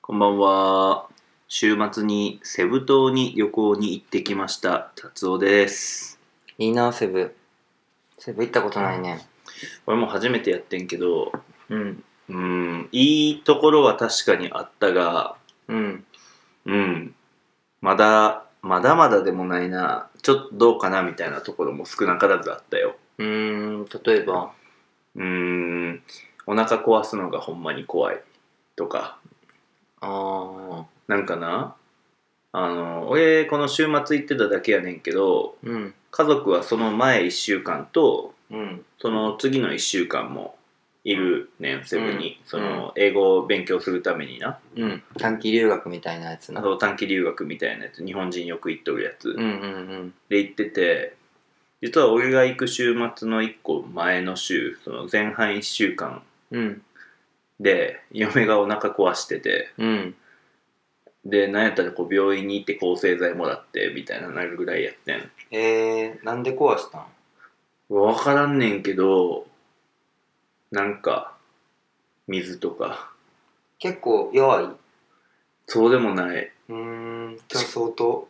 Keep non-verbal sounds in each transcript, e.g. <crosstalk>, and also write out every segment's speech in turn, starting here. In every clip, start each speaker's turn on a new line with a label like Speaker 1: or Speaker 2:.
Speaker 1: こんばんは。週末にセブ島に旅行に行ってきました。達夫です。
Speaker 2: いいなセブセブ行ったことないね
Speaker 1: これも初めてやってんけど、
Speaker 2: うん
Speaker 1: うん、いいところは確かにあったが、
Speaker 2: うん
Speaker 1: うん、まだ、まだまだでもないな、ちょっとどうかなみたいなところも少なからずあったよ。
Speaker 2: うーん例えば
Speaker 1: うん、お腹壊すのがほんまに怖いとか、
Speaker 2: ああ
Speaker 1: なんかな、あの、俺、この週末行ってただけやねんけど、
Speaker 2: うん
Speaker 1: 家族はその前1週間と、
Speaker 2: うん
Speaker 1: その次の1週間もいるねんセブンに、
Speaker 2: うん
Speaker 1: その英語を勉強するためにな、
Speaker 2: うん短期留学みたいなやつ
Speaker 1: あ
Speaker 2: な
Speaker 1: と短期留学みたいなやつ日本人よく行っとるやつ、
Speaker 2: うんうん
Speaker 1: で行ってて実は俺が行く週末の1個前の週その前半1週間
Speaker 2: うんうん
Speaker 1: で嫁がお腹壊してて
Speaker 2: うん
Speaker 1: でなんやったらこう病院に行って抗生剤もらってみたいななるぐらいやってん
Speaker 2: えー、なんで壊したん
Speaker 1: 分からんねんけどなんか水とか
Speaker 2: 結構弱いう
Speaker 1: そうでもない
Speaker 2: ーんじゃあ相当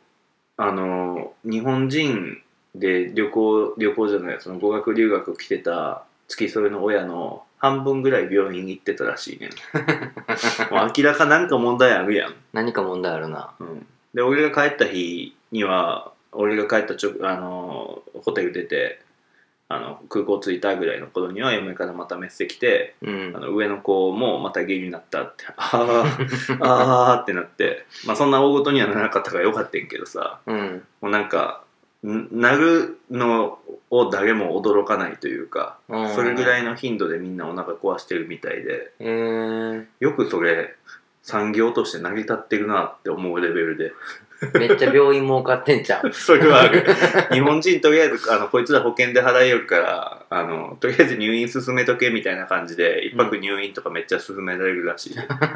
Speaker 1: あの日本人で旅行旅行じゃないその語学留学来てた付き添いの親の半分ぐらい病院行ってたらしいねん <laughs> もう明らかなんか問題あるやん、
Speaker 2: 何か問題あるな
Speaker 1: うん、で俺が帰った日には俺が帰った直あのホテル出てあの空港着いたぐらいの頃には嫁からまたメッセ来て
Speaker 2: う
Speaker 1: あ
Speaker 2: ん
Speaker 1: の上の子もまた下痢になったってあ <laughs> ーあーってなって、まあ、そんな大ごとにはならなかったからよかったんけどさ
Speaker 2: うん
Speaker 1: もうなんかんなるのを誰も驚かないというか、
Speaker 2: うん
Speaker 1: それぐらいの頻度でみんなお腹壊してるみたいで
Speaker 2: えー、
Speaker 1: よくそれ産業として成り立ってるなって思うレベルで
Speaker 2: めっちゃ病院儲かってんじゃん
Speaker 1: <laughs> それはある <laughs> 日本人とりあえずあのこいつら保険で払えるからあのとりあえず入院進めとけみたいな感じで一泊入院とかめっちゃ進められるらしい、
Speaker 2: <laughs>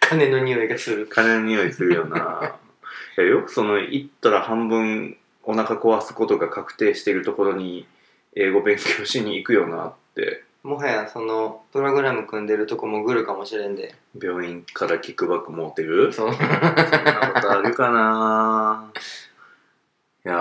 Speaker 2: 金の匂いがする
Speaker 1: 金の匂いするよないやよくその行ったら半分お腹壊すことが確定してるところに英語勉強しに行くよなって
Speaker 2: もはやそのプログラム組んでるとこもグルかもしれんで
Speaker 1: 病院からキックバック持てるそ
Speaker 2: そう
Speaker 1: んなことあるかないや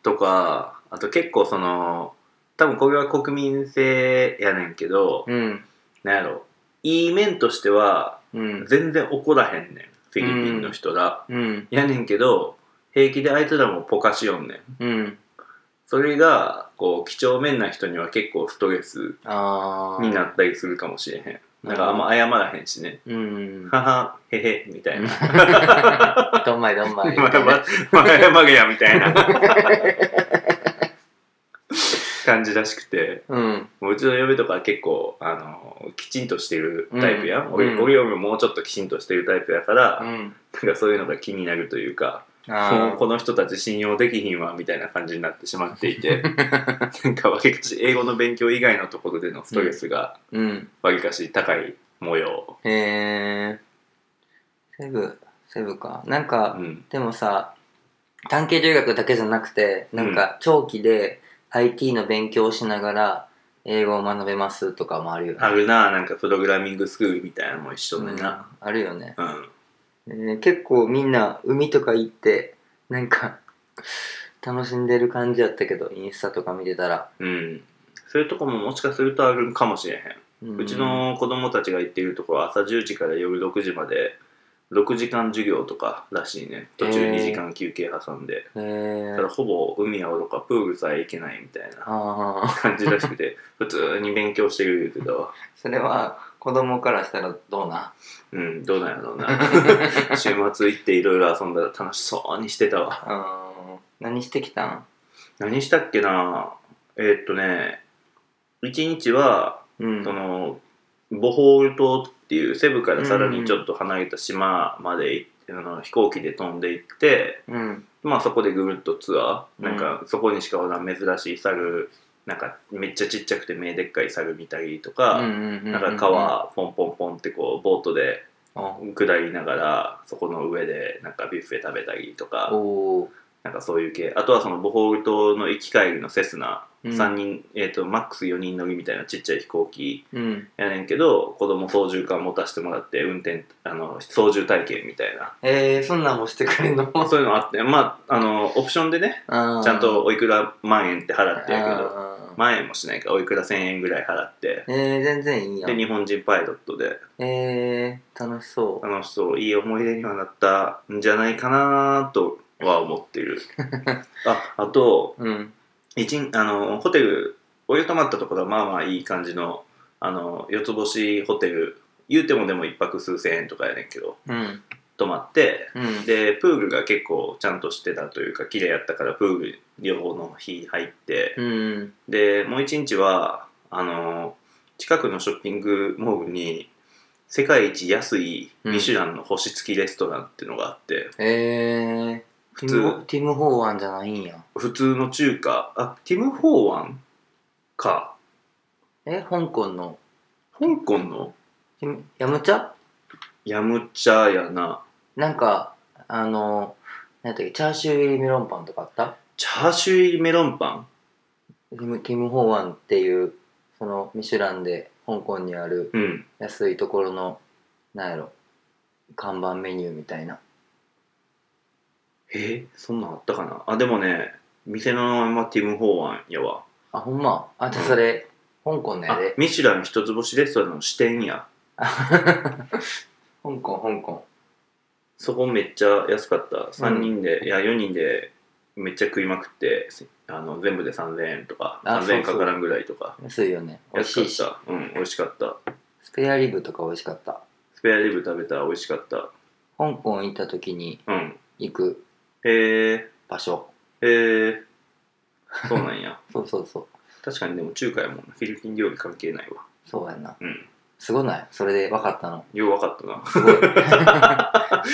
Speaker 1: ーとかあと結構その多分これは国民性やねんけど、
Speaker 2: うん
Speaker 1: なんやろいい面としては
Speaker 2: うん
Speaker 1: 全然怒らへんねんフィリピンの人ら、
Speaker 2: うん
Speaker 1: やねんけど平気であいつらもポカしよんねん
Speaker 2: うん
Speaker 1: それがこう几帳面な人には結構ストレス
Speaker 2: ああ
Speaker 1: になったりするかもしれへんなんかあんま謝らへんしね
Speaker 2: うん
Speaker 1: <laughs> ははへへみたいな
Speaker 2: どんまいどんまい
Speaker 1: まあまあ謝るやみたいな感じらしくて
Speaker 2: うん
Speaker 1: もううちの嫁とかは結構あのきちんとしてるタイプや、
Speaker 2: うん
Speaker 1: 俺
Speaker 2: うん
Speaker 1: 俺嫁もうちょっときちんとしてるタイプやから、
Speaker 2: うん
Speaker 1: なんかそういうのが気になるというかも
Speaker 2: あ
Speaker 1: うこの人たち信用できひんわみたいな感じになってしまっていて <laughs> なんかわりかし英語の勉強以外のところでのストレスが
Speaker 2: うん
Speaker 1: わりかし高い模様、
Speaker 2: へえセブセブかなんか
Speaker 1: うん
Speaker 2: でもさ短期留学だけじゃなくてなんか長期で IT の勉強をしながら英語を学べますとかもあるよね
Speaker 1: あるななんかプログラミングスクールみたいなのも一緒でな、
Speaker 2: うんあるよね
Speaker 1: うん
Speaker 2: えー結構みんな海とか行ってなんか楽しんでる感じやったけどインスタとか見てたら、
Speaker 1: うんそういうとこももしかするとあるかもしれへん、
Speaker 2: う
Speaker 1: うんちの子供たちが行っているとこは朝10時から夜6時まで6時間授業とからしいね途中
Speaker 2: へー
Speaker 1: 2時間休憩挟んで、
Speaker 2: へえ
Speaker 1: ただほぼ海やおろかプールさえ行けないみたいな
Speaker 2: ああ
Speaker 1: 感じらしく <laughs> て普通に勉強してる言うてたわ
Speaker 2: それは子供からしたらどうな
Speaker 1: うんどうなんやろうな <laughs> 週末行っていろいろ遊んだら楽しそうにしてたわ
Speaker 2: うん何してきたん
Speaker 1: 何したっけなえーっとね一日は
Speaker 2: うん
Speaker 1: そのボホール島っていうセブからさらにちょっと離れた島まで行って、あの飛行機で飛んで行って
Speaker 2: うん
Speaker 1: まあそこでぐるっとツアー
Speaker 2: うん
Speaker 1: なんかそこにしかおらん珍しい猿なんかめっちゃちっちゃくて目でっかい猿見たりとか、なん
Speaker 2: な
Speaker 1: か川ポンポンポンってこうボートで
Speaker 2: お
Speaker 1: 下りながらそこの上でなんかビュッフェ食べたりとか
Speaker 2: おー
Speaker 1: なんかそういう系あとはそのボホール島の行き帰りのセスナ
Speaker 2: うん
Speaker 1: 3人、えー、とマックス4人乗りみたいなちっちゃい飛行機
Speaker 2: うん
Speaker 1: やねんけど子供操縦桿持たせてもらって運転あの操縦体験みたいな
Speaker 2: えー、そんなんもしてくれん
Speaker 1: <laughs>
Speaker 2: の
Speaker 1: そういうのあってまああのオプションでね
Speaker 2: ち
Speaker 1: ちゃんとおいくら万円って払ってやけど
Speaker 2: あー
Speaker 1: 万円もしないからおいくら1000円ぐらい払って
Speaker 2: えー、全然いいや
Speaker 1: で
Speaker 2: ん
Speaker 1: 日本人パイロットで
Speaker 2: えー、楽しそう
Speaker 1: 楽しそういい思い出にはなったんじゃないかなとは思っているああと
Speaker 2: うん
Speaker 1: 一んあのホテルお湯泊まったところはまあまあいい感じのあの四つ星ホテル言うてもでも一泊数千円とかやねんけど
Speaker 2: うん
Speaker 1: 泊まって
Speaker 2: うん
Speaker 1: でプールが結構ちゃんとしてたというか綺麗やったからプール両方の日入って
Speaker 2: うん
Speaker 1: でもう一日はあの近くのショッピングモールに世界一安いミシュランの星付きレストランっていうのがあって、
Speaker 2: えー、
Speaker 1: 普
Speaker 2: ティム
Speaker 1: 通
Speaker 2: ティム・ホーワンじゃないんや
Speaker 1: 普通の中華あティム・ホーワンか
Speaker 2: え香港の
Speaker 1: 香港の
Speaker 2: ティムヤムチャ
Speaker 1: ヤムチャやな
Speaker 2: なんかあのなんだっけチャーシュー入りメロンパンとかあった
Speaker 1: チャーシュー入りメロンパン
Speaker 2: ティム・ティムホーワンっていうそのミシュランで香港にある
Speaker 1: うん
Speaker 2: 安いところのなんやろ看板メニューみたいな
Speaker 1: えーそんなんあったかなあでもね店の名前はティム・ホーワンやわ
Speaker 2: あほんまあじゃあそれ、香港のや
Speaker 1: あ
Speaker 2: で
Speaker 1: ミシュラン一つ星レストランの支店や
Speaker 2: <laughs> 香港香港
Speaker 1: そこめっちゃ安かった3人で、いや4人でめっちゃ食いまくってあの全部で3000円とか3000
Speaker 2: あ
Speaker 1: 円
Speaker 2: そうそう
Speaker 1: かからんぐらいとか
Speaker 2: 安いよね美味
Speaker 1: 安か
Speaker 2: し
Speaker 1: っ
Speaker 2: いした
Speaker 1: うん美味しかった
Speaker 2: スペアリブとか美味しかった
Speaker 1: スペアリブ食べた美味しかった
Speaker 2: 香港行った時に
Speaker 1: うん
Speaker 2: 行く
Speaker 1: へえ
Speaker 2: 場所
Speaker 1: へえそうなんや <laughs>
Speaker 2: そうそうそう
Speaker 1: 確かにでも中華やもんなフィリピン料理関係ないわ
Speaker 2: そうやな
Speaker 1: うん
Speaker 2: すごないそれで分かったの
Speaker 1: よう分かったな
Speaker 2: す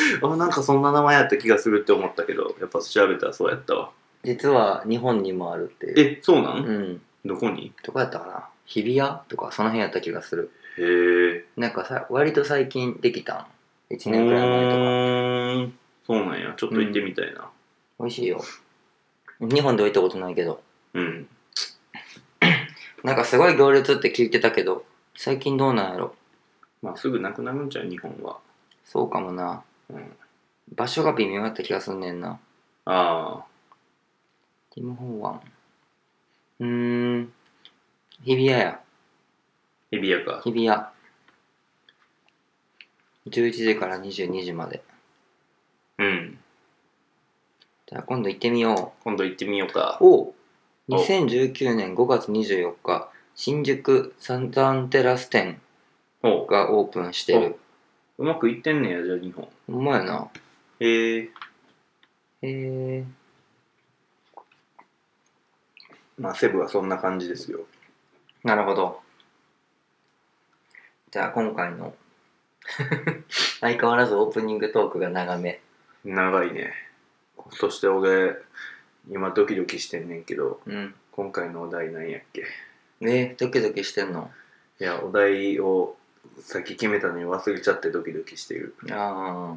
Speaker 2: ご
Speaker 1: <laughs>
Speaker 2: い
Speaker 1: あなんかそんな名前やった気がするって思ったけどやっぱ調べたらそうやったわ
Speaker 2: 実は日本にもあるっていう
Speaker 1: えそうなん、
Speaker 2: うん
Speaker 1: どこに
Speaker 2: どこやったかな日比谷とかその辺やった気がする
Speaker 1: へえ
Speaker 2: なんかさ割と最近できたん1
Speaker 1: う
Speaker 2: 年くらい前とか
Speaker 1: ーんそうなんやちょっと行ってみたいな、
Speaker 2: 美味しいよ日本で置いたことないけど
Speaker 1: うん。
Speaker 2: なんかすごい行列って聞いてたけど最近どうなんやろ
Speaker 1: まあ、すぐなくなるんじゃう、日本は。
Speaker 2: そうかもな
Speaker 1: うん。
Speaker 2: 場所が微妙だった気がすんねんな
Speaker 1: ああ、
Speaker 2: ティム・ホーワンうーん日比谷や
Speaker 1: 日比谷か。
Speaker 2: 日比谷11時から22時まで
Speaker 1: うん。
Speaker 2: じゃあ今度行ってみよ
Speaker 1: 今度行ってみようか
Speaker 2: う。お
Speaker 1: お
Speaker 2: 2019年5月24日新宿サンタンテラス店
Speaker 1: おう
Speaker 2: がオープンしてる
Speaker 1: うまくいってんねや、じゃあ、日本。
Speaker 2: ほんまやな。
Speaker 1: へえ。
Speaker 2: へえ。
Speaker 1: まあ、セブはそんな感じですよ。
Speaker 2: なるほど。じゃあ今回の <laughs> 相変わらずオープニングトークが長め。
Speaker 1: 長いね。そして俺、今ドキドキしてんねんけど、
Speaker 2: うん。
Speaker 1: 今回のお題なんやっけ。
Speaker 2: えドキドキしてんの
Speaker 1: いや、お題をさっき決めたのに忘れちゃってドキドキしてる。
Speaker 2: ああ。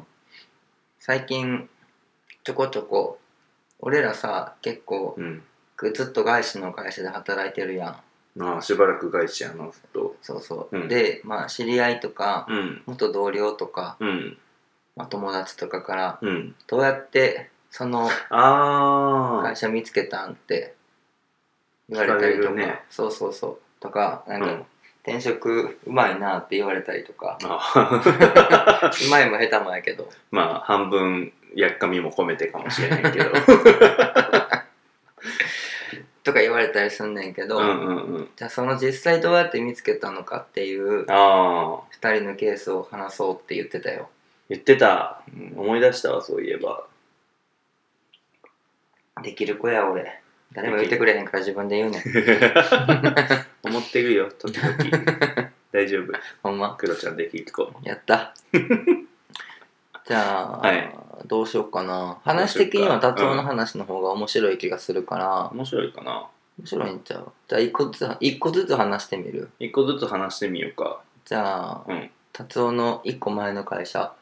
Speaker 2: 最近ちょこちょこ俺らさ結構
Speaker 1: うん。
Speaker 2: ずっと外資の会社で働いてるやん。
Speaker 1: まあ、しばらく外資やな、ずっと。
Speaker 2: そうそう。
Speaker 1: うん
Speaker 2: でまあ知り合いとか
Speaker 1: うん。
Speaker 2: 元同僚とか、
Speaker 1: うん。
Speaker 2: まあ、友達とかから
Speaker 1: うん。
Speaker 2: どうやってその
Speaker 1: ああ
Speaker 2: 会。社見つけたんって言われたりと
Speaker 1: 聞か
Speaker 2: か、
Speaker 1: れるね
Speaker 2: そうそうそうとかなんか、
Speaker 1: うん
Speaker 2: 転職うまいなって言われたりとか
Speaker 1: あ
Speaker 2: うまいも下手もやけど
Speaker 1: まあ半分やっかみも込めてかもしれない
Speaker 2: <laughs>
Speaker 1: けど
Speaker 2: とか言われたりすんねんけど、
Speaker 1: うんうんうん
Speaker 2: じゃあその実際どうやって見つけたのかっていう
Speaker 1: ああ
Speaker 2: 2人のケースを話そうって言ってたよ、
Speaker 1: 言ってた
Speaker 2: うん
Speaker 1: 思い出したわそういえば
Speaker 2: できる子や俺誰も言ってくれへんから自分で言
Speaker 1: <laughs>
Speaker 2: うねん
Speaker 1: 思ってるよ時々
Speaker 2: <laughs>
Speaker 1: 大丈夫
Speaker 2: ほんま
Speaker 1: クロちゃんできる子
Speaker 2: やったじゃあ、
Speaker 1: はい
Speaker 2: どうしようかな話的には達夫の話の方が面白い気がするから、
Speaker 1: 面白いかな
Speaker 2: 面白いんちゃうじゃあ一個ずつ一個ずつ話してみる
Speaker 1: 一個ずつ話してみようか
Speaker 2: じゃあ
Speaker 1: うん
Speaker 2: 達夫の一個前の会社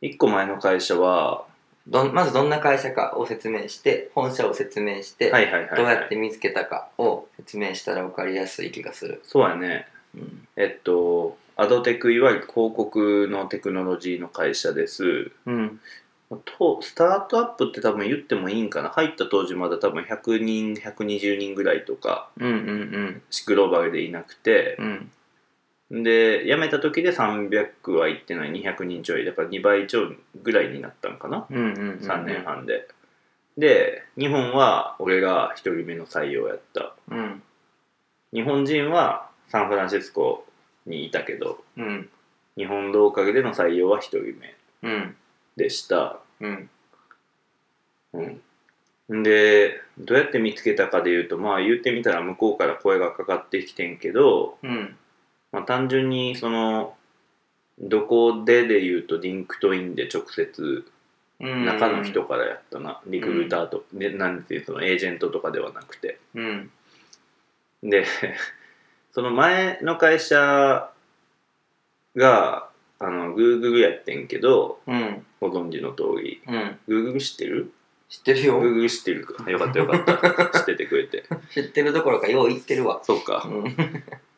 Speaker 1: 一個前の会社は
Speaker 2: どんまずどんな会社かを説明して本社を説明して、
Speaker 1: はいはいはい、はい、
Speaker 2: どうやって見つけたかを説明したら分かりやすい気がする、
Speaker 1: そうやね
Speaker 2: うん
Speaker 1: えっとアドテクいわゆる広告のテクノロジーの会社です
Speaker 2: うん、
Speaker 1: とスタートアップって多分言ってもいいんかな入った当時まだ多分100人120人ぐらいとか
Speaker 2: うんうん
Speaker 1: グローバルでいなくて
Speaker 2: うんうん
Speaker 1: で辞めた時で300はいってない200人ちょいだから2倍ちょいぐらいになったんかな
Speaker 2: うんうんうん
Speaker 1: 3年半で、で日本は俺が1人目の採用やった
Speaker 2: うん
Speaker 1: 日本人はサンフランシスコにいたけど
Speaker 2: うん
Speaker 1: 日本ローカルでの採用は1人目
Speaker 2: うん
Speaker 1: でした、
Speaker 2: うん
Speaker 1: うん、でどうやって見つけたかでいうとまあ言ってみたら向こうから声がかかってきてんけど、
Speaker 2: うん
Speaker 1: まあ、単純にそのどこでで言うとリンクトインで直接
Speaker 2: うん
Speaker 1: 中の人からやったな、リクルーターと、でなんていうそのエージェントとかではなくて
Speaker 2: うん
Speaker 1: で <laughs> その前の会社があの Google やってんけど
Speaker 2: うん
Speaker 1: ご存知の通り
Speaker 2: うん
Speaker 1: Google 知ってる
Speaker 2: 知ってるよ
Speaker 1: ?Google 知ってるかよかったよかった知っててくれて
Speaker 2: 知ってるどころかよう言ってるわ
Speaker 1: そうか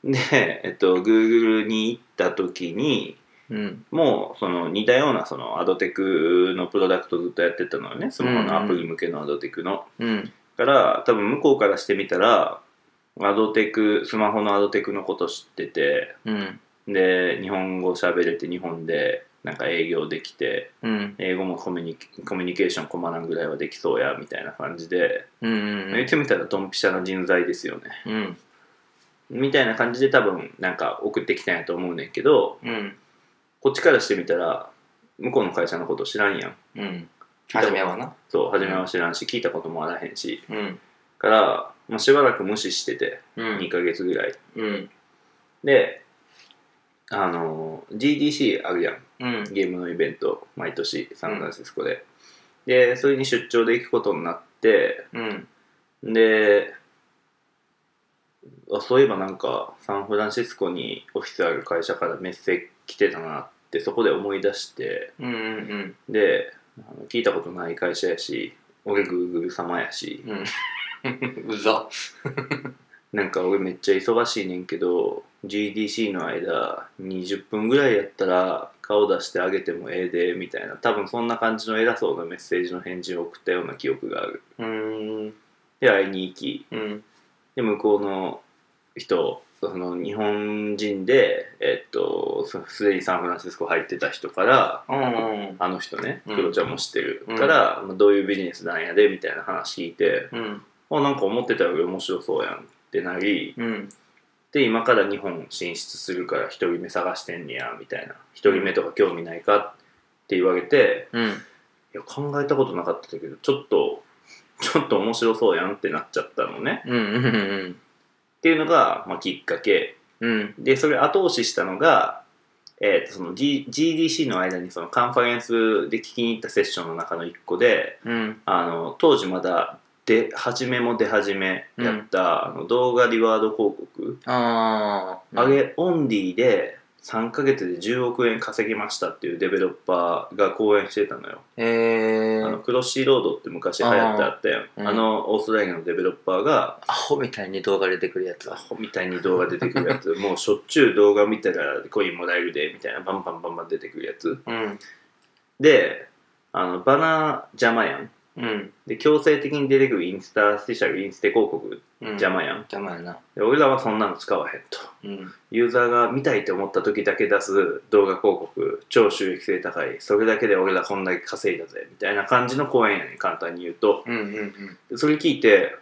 Speaker 2: うん
Speaker 1: でえっと Google に行った時に
Speaker 2: うん
Speaker 1: もうその似たようなそのアドテクのプロダクトずっとやってたのよねスマホのアプリ向けのアドテクの、
Speaker 2: うん
Speaker 1: から多分向こうからしてみたらアドテクスマホのアドテクのこと知ってて
Speaker 2: うん
Speaker 1: で日本語喋れて日本でなんか営業できて
Speaker 2: うん
Speaker 1: 英語もコミュニケコミュニケーション困らんぐらいはできそうやみたいな感じで、
Speaker 2: うんうん
Speaker 1: 言ってみたらドンピシャの人材ですよね
Speaker 2: うん
Speaker 1: みたいな感じで多分なんか送ってきたんやと思うねんけど
Speaker 2: うん
Speaker 1: こっちからしてみたら向こうの会社のこと知らんやん
Speaker 2: うん初めはな
Speaker 1: そう初めは知らんし聞いたこともあらへんし
Speaker 2: うん
Speaker 1: から、まあ、しばらく無視してて
Speaker 2: う
Speaker 1: 2
Speaker 2: ん
Speaker 1: ヶ月ぐらい
Speaker 2: うん
Speaker 1: で、あの、GDC あるやん。
Speaker 2: うん
Speaker 1: ゲームのイベント、毎年、サンフランシスコで。で、それに出張で行くことになって、
Speaker 2: うん
Speaker 1: で、あそういえばなんか、サンフランシスコにオフィスある会社からメッセージ来てたなって、そこで思い出して、
Speaker 2: うんうん
Speaker 1: で、あの聞いたことない会社やし、俺 Google 様やし、
Speaker 2: うんうんうざ
Speaker 1: なんか俺めっちゃ忙しいねんけど GDC の間20分ぐらいやったら顔出してあげてもええでみたいな多分そんな感じの偉そうなメッセージの返事を送ったような記憶がある
Speaker 2: うん
Speaker 1: で会いに行き
Speaker 2: うん
Speaker 1: で向こうの人その日本人でえっとそすでにサンフランシスコ入ってた人から
Speaker 2: うん
Speaker 1: あの人ね
Speaker 2: うん
Speaker 1: クロちゃんも知ってる、
Speaker 2: うん
Speaker 1: から、まあどういうビジネスなんやでみたいな話聞いて
Speaker 2: うん
Speaker 1: あなんか思ってたより面白そうやんってなり
Speaker 2: うん
Speaker 1: で今から日本進出するから1人目探してんねやみたいな1人目とか興味ないかって言われて
Speaker 2: うん
Speaker 1: いや考えたことなかったけどちょっとちょっと面白そうやんってなっちゃったのね
Speaker 2: うんうんうん
Speaker 1: っていうのが、まあ、きっかけ
Speaker 2: うん
Speaker 1: でそれ後押ししたのが、えーとその G、GDC の間にそのカンファレンスで聞きに行ったセッションの中の1個で
Speaker 2: うん
Speaker 1: あの当時まだ出始めも出始めやった、あの動画リワード広告
Speaker 2: ああ
Speaker 1: あれ、オンリーで3ヶ月で10億円稼ぎましたっていうデベロッパーが講演してたのよ。
Speaker 2: え
Speaker 1: あの
Speaker 2: ー、
Speaker 1: クロッシーロードって昔流行ってあったやん。
Speaker 2: うん
Speaker 1: あのオーストラリアのデベロッパーが、
Speaker 2: アホみたいに動画出てくるやつ
Speaker 1: ア
Speaker 2: は
Speaker 1: ホみたいに動画出てくるやつ、
Speaker 2: <laughs>
Speaker 1: もうしょっちゅう動画見たらコインもらえるでみたいな、バンバンバンバン出てくるやつ。
Speaker 2: うん
Speaker 1: で、あのバナー邪魔やん。
Speaker 2: うん
Speaker 1: で、強制的に出てくるインスタスペシャル、インステ広告邪魔やん。
Speaker 2: 邪魔やな
Speaker 1: で、俺らはそんなの使わへんと。
Speaker 2: うん
Speaker 1: ユーザーが見たいと思った時だけ出す動画広告超収益性高いそれだけで俺らこんだけ稼いだぜみたいな感じの講演やね簡単に言うと
Speaker 2: うんうん
Speaker 1: でそれ聞いて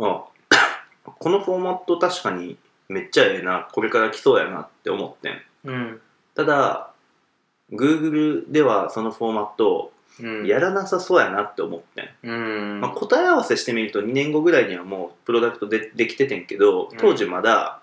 Speaker 1: あ <coughs> このフォーマット確かにめっちゃええなこれから来そうやなって思ってん
Speaker 2: うん
Speaker 1: ただ Google ではそのフォーマット
Speaker 2: うん
Speaker 1: やらなさそうやなって思ってん、
Speaker 2: うん
Speaker 1: まあ、答え合わせしてみると2年後ぐらいにはもうプロダクトでできててんけど当時まだ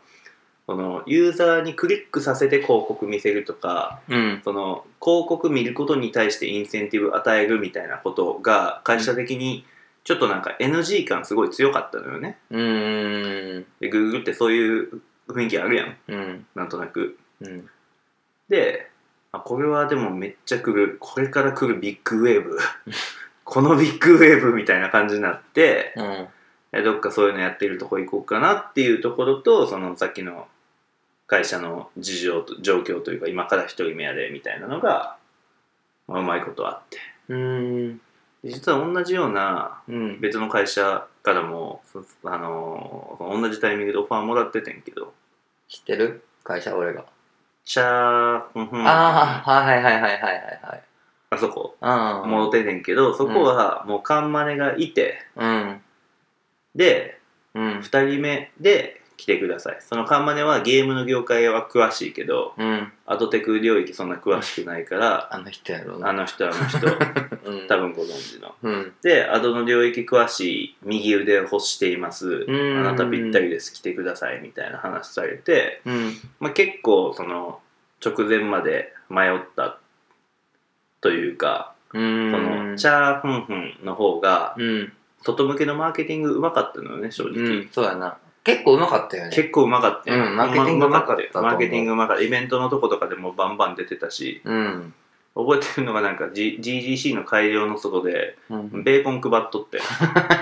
Speaker 1: このユーザーにクリックさせて広告見せるとか
Speaker 2: うん
Speaker 1: その広告見ることに対してインセンティブ与えるみたいなことが会社的にちょっとなんか NG 感すごい強かったのよね
Speaker 2: うん
Speaker 1: で Google ってそういう雰囲気あるやん
Speaker 2: うん
Speaker 1: なんとなく
Speaker 2: うん
Speaker 1: であこれはでもめっちゃ来るこれから来るビッグウェー
Speaker 2: <laughs>
Speaker 1: ブこのビッグウェーブみたいな感じになって
Speaker 2: うん
Speaker 1: えどっかそういうのやってるとこ行こうかなっていうところとそのさっきの会社の事情と状況というか今から一人目やでみたいなのが、まあうまいことあって
Speaker 2: うん
Speaker 1: で実は同じような
Speaker 2: うん
Speaker 1: 別の会社からもそあのー同じタイミングでオファーもらっててんけど
Speaker 2: 知ってる会社俺が、
Speaker 1: チャー、うんうん
Speaker 2: ああはいはいはいはいはいはい
Speaker 1: あそこ
Speaker 2: ああ
Speaker 1: 戻っててんけどそこはもうカンマネがいて
Speaker 2: うん
Speaker 1: で
Speaker 2: うん
Speaker 1: 2人目で来てくださいそのカンマネはゲームの業界は詳しいけど
Speaker 2: うん
Speaker 1: アトテク領域そんな詳しくないから
Speaker 2: あの人やろう
Speaker 1: あ
Speaker 2: な
Speaker 1: の人あの
Speaker 2: <laughs>
Speaker 1: 人
Speaker 2: うん
Speaker 1: 多分ご存知の
Speaker 2: うん
Speaker 1: でアドの領域詳しい右腕を欲していますあ
Speaker 2: うん
Speaker 1: なたぴったりです来てくださいみたいな話されて、
Speaker 2: うん
Speaker 1: まあ、結構その直前まで迷ったというか
Speaker 2: うん
Speaker 1: そのチャーフンフンの方が
Speaker 2: うん
Speaker 1: 外向けのマーケティングうまかったのよね正直、
Speaker 2: うんそうやな結構うまかったよね
Speaker 1: 結構うまかったよ、
Speaker 2: うんマーケティングうまかったと思う
Speaker 1: マーケティングうまかったイベントのとことかでもバンバン出てたし
Speaker 2: うん
Speaker 1: 覚えてるのがなんか、G、GGC の会場の外で
Speaker 2: うん
Speaker 1: ベーコン配っとって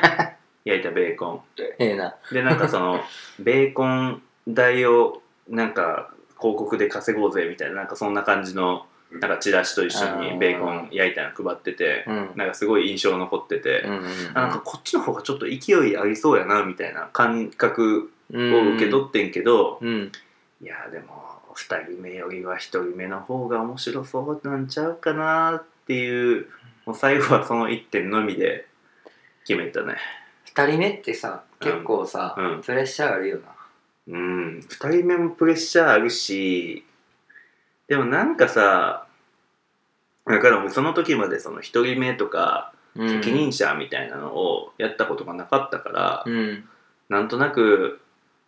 Speaker 2: <laughs>
Speaker 1: 焼いたベーコン
Speaker 2: ええな
Speaker 1: でなんかその <laughs> ベーコン代をなんか広告で稼ごうぜみたいななんかそんな感じのなんかチラシと一緒にベーコン焼いたの配ってて
Speaker 2: うん
Speaker 1: なんかすごい印象残ってて、
Speaker 2: うん
Speaker 1: あなんかこっちの方がちょっと勢いありそうやなみたいな感覚
Speaker 2: うん
Speaker 1: を受け取ってんけど、
Speaker 2: うん
Speaker 1: いやーでも2人目よりは1人目の方が面白そうなんちゃうかなーっていうもう最後はその1点のみで決めたね
Speaker 2: 二人目ってさ結構さ、
Speaker 1: うん
Speaker 2: プレッシャーあるよな
Speaker 1: うん2人目もプレッシャーあるしでもなんかさだから僕その時までその1人目とか責任者みたいなのをやったことがなかったから、
Speaker 2: うん
Speaker 1: なんとなく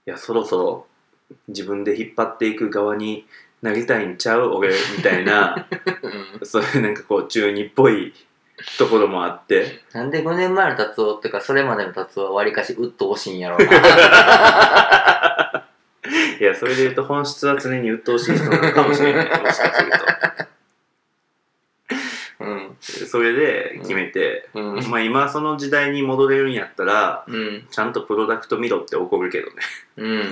Speaker 1: いやそろそろ自分で引っ張っていく側になりたいんちゃう俺みたいな
Speaker 2: うん
Speaker 1: そういうなんかこう中二っぽいところもあって
Speaker 2: なんで5年前の達夫っていうかそれまでの達夫はわりかしうっとうしいんやろうな
Speaker 1: <laughs> いやそれで言うと本質は常に鬱陶しい人なのかもしれないもしかする
Speaker 2: うん
Speaker 1: とそれで決めて、
Speaker 2: うん
Speaker 1: まあ今その時代に戻れるんやったら
Speaker 2: うん
Speaker 1: ちゃんとプロダクト見ろって怒るけどね
Speaker 2: うん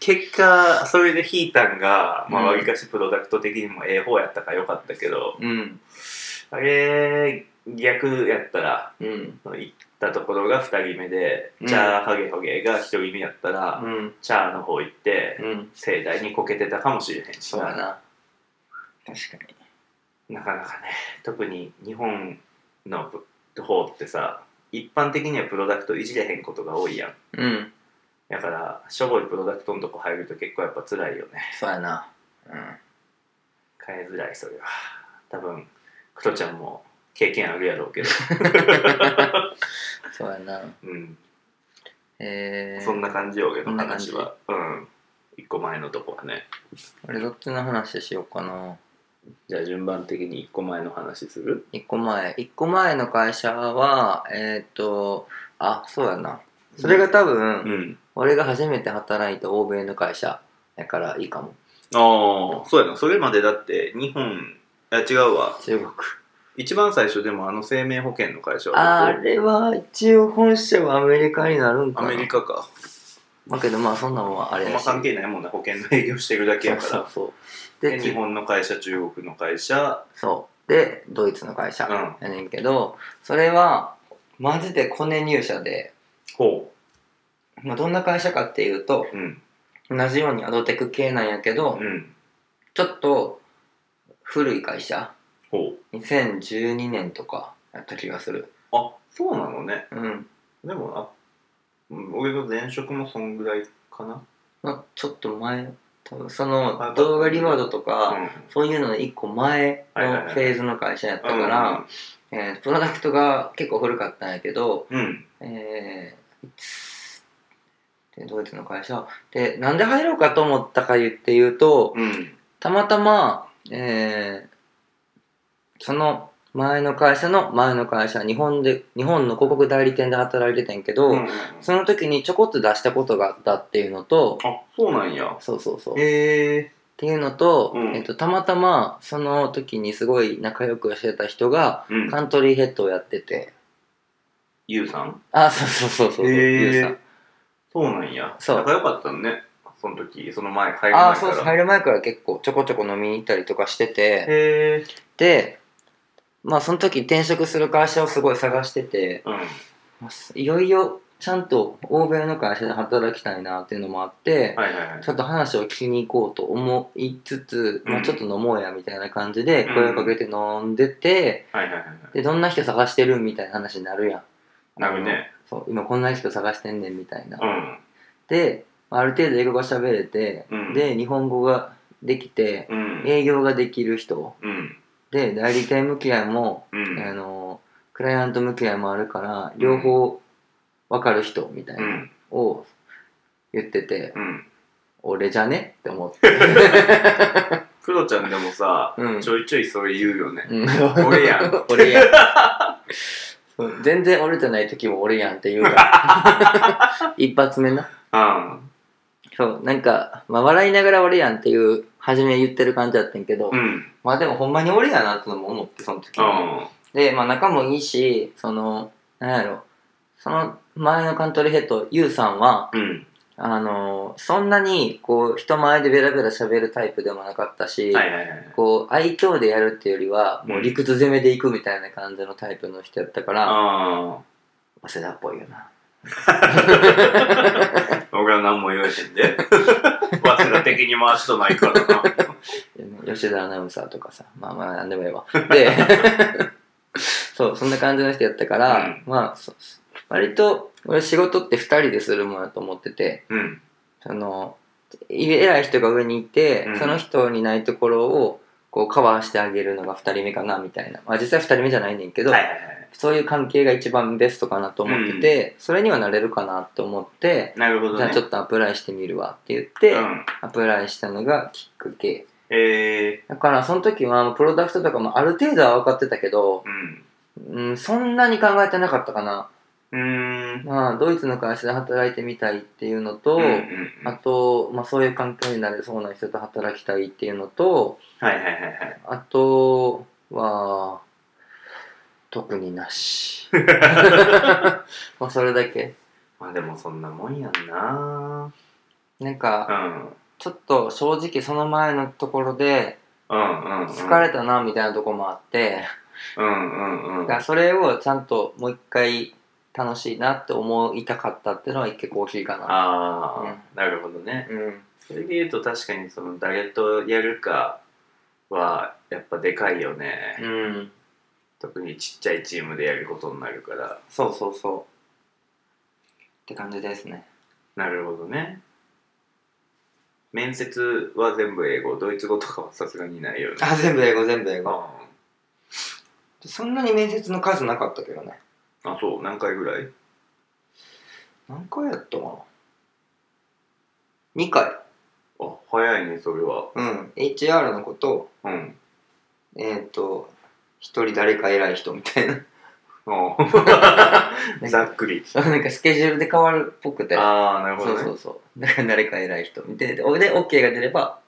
Speaker 1: 結果それでひいたんがまあ
Speaker 2: うん
Speaker 1: わりかしプロダクト的にもええ方やったからよかったけど
Speaker 2: うん
Speaker 1: あれ逆やったら
Speaker 2: うん
Speaker 1: 行ったところが2人目で、
Speaker 2: うん
Speaker 1: チャーハゲハゲが1人目やったら、
Speaker 2: うん
Speaker 1: チャーの方行って、
Speaker 2: うん
Speaker 1: 盛大にこけてたかもしれへんし
Speaker 2: そうや
Speaker 1: な
Speaker 2: な確かに
Speaker 1: なかなかね特に日本の方ってさ一般的にはプロダクトいじれへんことが多いやん
Speaker 2: うん
Speaker 1: だからしょぼいプロダクトのとこ入ると結構やっぱ辛いよね
Speaker 2: そうやなうん
Speaker 1: 変えづらいそれは多分クトちゃんも経験あるやろう <laughs> けど、
Speaker 2: そうやな
Speaker 1: うん、
Speaker 2: えー、
Speaker 1: そんな感じよ俺
Speaker 2: そ
Speaker 1: の
Speaker 2: んな感じ
Speaker 1: 話はうん一個前のとこはね
Speaker 2: 俺どっちの話しようかな
Speaker 1: じゃあ順番的に一個前の話する
Speaker 2: 一個前一個前の会社はえっ、とあそうやなそれが多分、
Speaker 1: うん
Speaker 2: 俺が初めて働いた欧米の会社やからいいかも
Speaker 1: ああそうやなそれまでだって日本あ違うわ
Speaker 2: 中国
Speaker 1: 一番最初でもあの生命保険の会社は
Speaker 2: あ
Speaker 1: どこ
Speaker 2: れは一応本社はアメリカになるんか
Speaker 1: ア
Speaker 2: な
Speaker 1: メリカか
Speaker 2: だけどまあそんなもんはあ
Speaker 1: あ
Speaker 2: れ
Speaker 1: ん
Speaker 2: や
Speaker 1: ま
Speaker 2: し
Speaker 1: 関係ないもんな保険の営業してるだけやか
Speaker 2: そう
Speaker 1: ら
Speaker 2: そうそう
Speaker 1: で
Speaker 2: で
Speaker 1: 日本の会社中国の会社
Speaker 2: そうでドイツの会社
Speaker 1: う
Speaker 2: やねんけど、それはマジでコネ入社で、
Speaker 1: ほ
Speaker 2: まあ、どんな会社かっていうと
Speaker 1: ううん
Speaker 2: 同じようにアドテク系なんやけど、
Speaker 1: うん
Speaker 2: ちょっと古い会社
Speaker 1: ほう
Speaker 2: 2012年とかやった気がする
Speaker 1: あそうなのね
Speaker 2: うん
Speaker 1: でもあうん俺の前職もそんぐらいかな
Speaker 2: まあ、ちょっと前多分そ
Speaker 1: あ
Speaker 2: の動画リワードとか、
Speaker 1: うん
Speaker 2: そういうのの一個前
Speaker 1: はいはいは
Speaker 2: の
Speaker 1: い
Speaker 2: フェーズの会社やったから、えープロダクトが結構古かったんやけど、
Speaker 1: うん
Speaker 2: えーでドイツの会社でなんで入ろうかと思ったか言って言うと
Speaker 1: うん
Speaker 2: たまたま、えーその前の会社の前の会社日本で日本の広告代理店で働いてたんやけど、
Speaker 1: うん
Speaker 2: その時にちょこっと出したことがあったっていうのと
Speaker 1: あそうなんや
Speaker 2: そうそうそう
Speaker 1: へえ
Speaker 2: っていうのと、
Speaker 1: うん
Speaker 2: えっと、たまたまその時にすごい仲良くしてた人が
Speaker 1: うん
Speaker 2: カントリーヘッドをやってて、
Speaker 1: ゆうさん
Speaker 2: あそうそうそうそう、
Speaker 1: へー
Speaker 2: ゆうさん
Speaker 1: そうなんや
Speaker 2: そう
Speaker 1: 仲良かったんねその時その前入る前から
Speaker 2: あそうそう入る前から結構ちょこちょこ飲みに行ったりとかしてて
Speaker 1: へえ
Speaker 2: でまあその時転職する会社をすごい探してて
Speaker 1: うん
Speaker 2: いよいよちゃんと欧米の会社で働きたいなっていうのもあって、
Speaker 1: はいはいはい
Speaker 2: ちょっと話を聞きに行こうと思いつつ、
Speaker 1: うん
Speaker 2: まあ、ちょっと飲もうやみたいな感じで
Speaker 1: うん
Speaker 2: 声をかけて飲んでて、
Speaker 1: はいはいはいはい
Speaker 2: でどんな人探してるみたいな話になるやん
Speaker 1: なるね
Speaker 2: そう今こんな人探してんねんみたいな、
Speaker 1: うん
Speaker 2: でまあある程度英語が喋れて、
Speaker 1: うん
Speaker 2: で日本語ができて
Speaker 1: うん
Speaker 2: 営業ができる人
Speaker 1: うん
Speaker 2: で代理店向き合いも、
Speaker 1: うん
Speaker 2: あのクライアント向き合いもあるから両方分かる人みたいうなんを言ってて、
Speaker 1: うん
Speaker 2: 俺じゃねって思って。
Speaker 1: クロちゃんでもさ
Speaker 2: うん <laughs>
Speaker 1: ちょいちょいそれ言うよね
Speaker 2: うん
Speaker 1: 俺やん。
Speaker 2: 俺やん。そう全然折れてない時も俺やんって言うから。
Speaker 1: <laughs>
Speaker 2: 一発目な。
Speaker 1: うん
Speaker 2: そう、なんか、まあ、笑いながら俺やんっていう、初め言ってる感じだったんやけど、
Speaker 1: うん
Speaker 2: まあでもほんまに俺やなってのも思って、その時。
Speaker 1: うん
Speaker 2: で、まあ仲もいいし、その、なんやろ、その前のカントリーヘッド、ユウさんは、
Speaker 1: うん
Speaker 2: あの、そんなに、こう、人前でベラベラ喋るタイプでもなかったし、
Speaker 1: はいはいはい
Speaker 2: こう愛嬌でやるっていうよりは
Speaker 1: うん
Speaker 2: もう理屈攻めでいくみたいな感じのタイプの人やったから
Speaker 1: あ
Speaker 2: 早稲田っぽいよな
Speaker 1: あ僕は何も言えへんで <laughs> 早稲田的に回しとないからな
Speaker 2: 吉田アナウンサーとかさまあまあ何でもええ
Speaker 1: <laughs>
Speaker 2: わで <laughs> そうそんな感じの人やったから、
Speaker 1: うん
Speaker 2: まあそう割と俺仕事って2人でするもんやと思ってて
Speaker 1: うん
Speaker 2: そのい偉い人が上にいて、
Speaker 1: うん
Speaker 2: その人にないところをこうカバーしてあげるのが2人目かなみたいな、まあ、実際2人目じゃないねんけど、
Speaker 1: はいはいはい
Speaker 2: そういう関係が一番ベストかなと思ってて、それにはなれるかなと思って、
Speaker 1: なるほ
Speaker 2: じ
Speaker 1: ど
Speaker 2: ゃあ
Speaker 1: ね
Speaker 2: ちょっとアプライしてみるわって言って、
Speaker 1: うん
Speaker 2: アプライしたのがきっかけ。
Speaker 1: え
Speaker 2: だからその時はプロダクトとかもある程度は分かってたけど
Speaker 1: ー、、うん
Speaker 2: うん、そんなに考えてなかったかな。
Speaker 1: うーん
Speaker 2: まあドイツの会社で働いてみたいっていうのと、
Speaker 1: うんうんうん
Speaker 2: あと、まあ、そういう環境になれそうな人と働きたいっていうのと、
Speaker 1: はいはいはいはい
Speaker 2: あとは、特にな
Speaker 1: <laughs>
Speaker 2: し。まあそれだけ。
Speaker 1: まあでもそんなもんやんな
Speaker 2: なんか、
Speaker 1: うん
Speaker 2: ちょっと正直その前のところで、
Speaker 1: うんうんうん
Speaker 2: 疲れたなみたいなとこもあって、
Speaker 1: うんうんう
Speaker 2: だ
Speaker 1: ん
Speaker 2: からそれをちゃんともう一回楽しいなって思いたかったっていうのは結構大きいかな。
Speaker 1: ああ、
Speaker 2: うん
Speaker 1: なるほどね
Speaker 2: うん。
Speaker 1: それで言うと確かにその誰とやるかはやっぱでかいよね、
Speaker 2: うん。
Speaker 1: 特にちっちゃいチームでやることになるから
Speaker 2: そうそうそう。って感じですね。
Speaker 1: なるほどね面接は全部英語ドイツ語とかはさすがにないよね
Speaker 2: あ、全部英語全部英語。
Speaker 1: あ
Speaker 2: そんなに面接の数なかったけどね。
Speaker 1: ーあそう何回ぐらい
Speaker 2: 何回やったかな ?2 回。
Speaker 1: あ早いねそれは
Speaker 2: うん。HR のこと、
Speaker 1: うん
Speaker 2: えっ、と、一人誰か偉い人みたいな。
Speaker 1: ああ
Speaker 2: <laughs>
Speaker 1: ざっくり
Speaker 2: そう <laughs> なんかスケジュールで変わるっぽくて。
Speaker 1: ああなるほど
Speaker 2: そう
Speaker 1: ね
Speaker 2: そうそう。だから誰か偉い人見て、で、で OK が出れば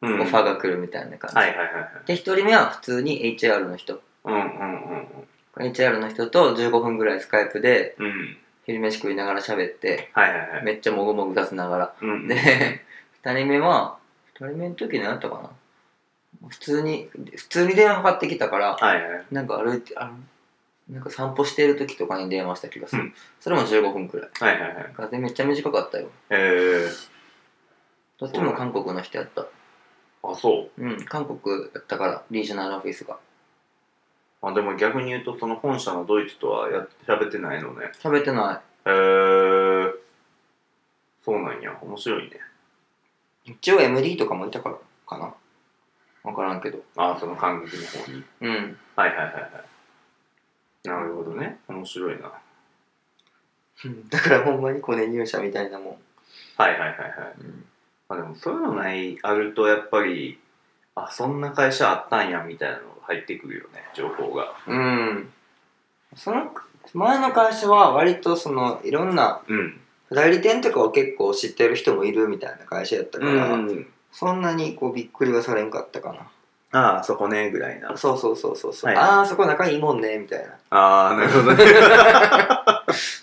Speaker 1: う
Speaker 2: オ
Speaker 1: ん
Speaker 2: ファーが来るみたいな感じ。
Speaker 1: はいはいはいはい
Speaker 2: で、1人目は普通に HR の人。
Speaker 1: うんうんうん
Speaker 2: HR の人と15分ぐらいスカイプで
Speaker 1: うんうん
Speaker 2: 昼飯食いながら喋って、
Speaker 1: はいはいはい
Speaker 2: めっちゃもぐもぐ出すながら。
Speaker 1: うん
Speaker 2: で、2人目は、2人目の時何やったかな普通に、普通に電話かかってきたから、
Speaker 1: はいはい
Speaker 2: なんか歩いて、あなんか散歩してる時とかに電話した気がする。
Speaker 1: うん
Speaker 2: それも15分くらい。
Speaker 1: はいはいはい
Speaker 2: だからめっちゃ短かったよ。
Speaker 1: えー、
Speaker 2: とっても韓国の人やった。
Speaker 1: あそう
Speaker 2: うん、韓国だったから、リージョナルオフィスが。
Speaker 1: あでも逆に言うとその本社のドイツとはや喋ってないのね
Speaker 2: 喋ってな
Speaker 1: へえー、そうなんや面白いね
Speaker 2: い。一応 MD とかもいたからかな。わからんけど。
Speaker 1: ああその韓国の方に
Speaker 2: うん。 <laughs>
Speaker 1: はいはいはいはいなるほどね面白いな
Speaker 2: だからほんまにコネ入社みたいなもん。
Speaker 1: はいはいはいはいまあでもそういうのないあるとやっぱりあそんな会社あったんやみたいなのが入ってくるよね情報が
Speaker 2: うん。その、前の会社は割とその、いろんな
Speaker 1: うん
Speaker 2: 代理店とかを結構知ってる人もいるみたいな会社やったから、
Speaker 1: うん
Speaker 2: そんなにこうびっくりはされんかったか
Speaker 1: ああそこねぐらいな
Speaker 2: なそうそうそうそうそ
Speaker 1: は
Speaker 2: う、
Speaker 1: い
Speaker 2: ああそこ仲いいもんねみた
Speaker 1: <laughs>
Speaker 2: いな
Speaker 1: ああなるほどね